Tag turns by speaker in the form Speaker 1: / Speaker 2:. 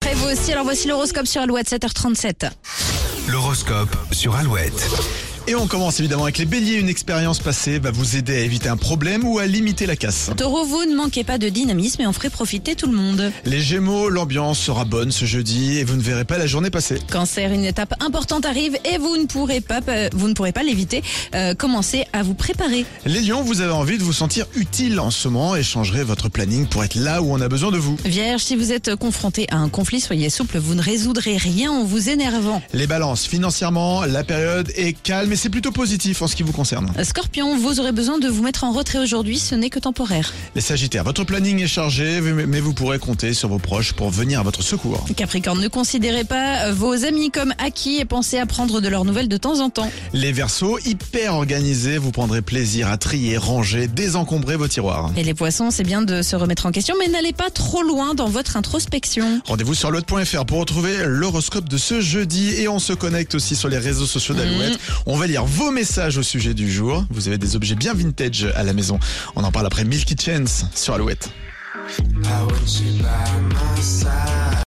Speaker 1: préférez vous aussi. Alors voici l'horoscope sur Alouette 7h37.
Speaker 2: L'horoscope sur Alouette.
Speaker 3: Et on commence évidemment avec les béliers. Une expérience passée va vous aider à éviter un problème ou à limiter la casse.
Speaker 1: Taureau, vous ne manquez pas de dynamisme et en ferez profiter tout le monde.
Speaker 3: Les gémeaux, l'ambiance sera bonne ce jeudi et vous ne verrez pas la journée passer.
Speaker 1: Cancer, une étape importante arrive et vous ne pourrez pas, vous ne pourrez pas l'éviter. Euh, commencez à vous préparer.
Speaker 3: Les lions, vous avez envie de vous sentir utile en ce moment et changerez votre planning pour être là où on a besoin de vous.
Speaker 1: Vierge, si vous êtes confronté à un conflit, soyez souple, vous ne résoudrez rien en vous énervant.
Speaker 3: Les balances, financièrement, la période est calme et c'est plutôt positif en ce qui vous concerne.
Speaker 1: Scorpion, vous aurez besoin de vous mettre en retrait aujourd'hui, ce n'est que temporaire.
Speaker 3: Les sagittaires, votre planning est chargé mais vous pourrez compter sur vos proches pour venir à votre secours.
Speaker 1: Capricorne, ne considérez pas euh, vos amis comme acquis et pensez à prendre de leurs nouvelles de temps en temps.
Speaker 3: Les versos, hyper organisés, vous prendrez plaisir à trier, ranger, désencombrer vos tiroirs.
Speaker 1: Et les poissons, c'est bien de se remettre en question, mais n'allez pas trop loin dans votre introspection.
Speaker 3: Rendez-vous sur l'autre.fr pour retrouver l'horoscope de ce jeudi et on se connecte aussi sur les réseaux sociaux d'Alouette. On va lire vos messages au sujet du jour. Vous avez des objets bien vintage à la maison. On en parle après Milky Chance sur Alouette.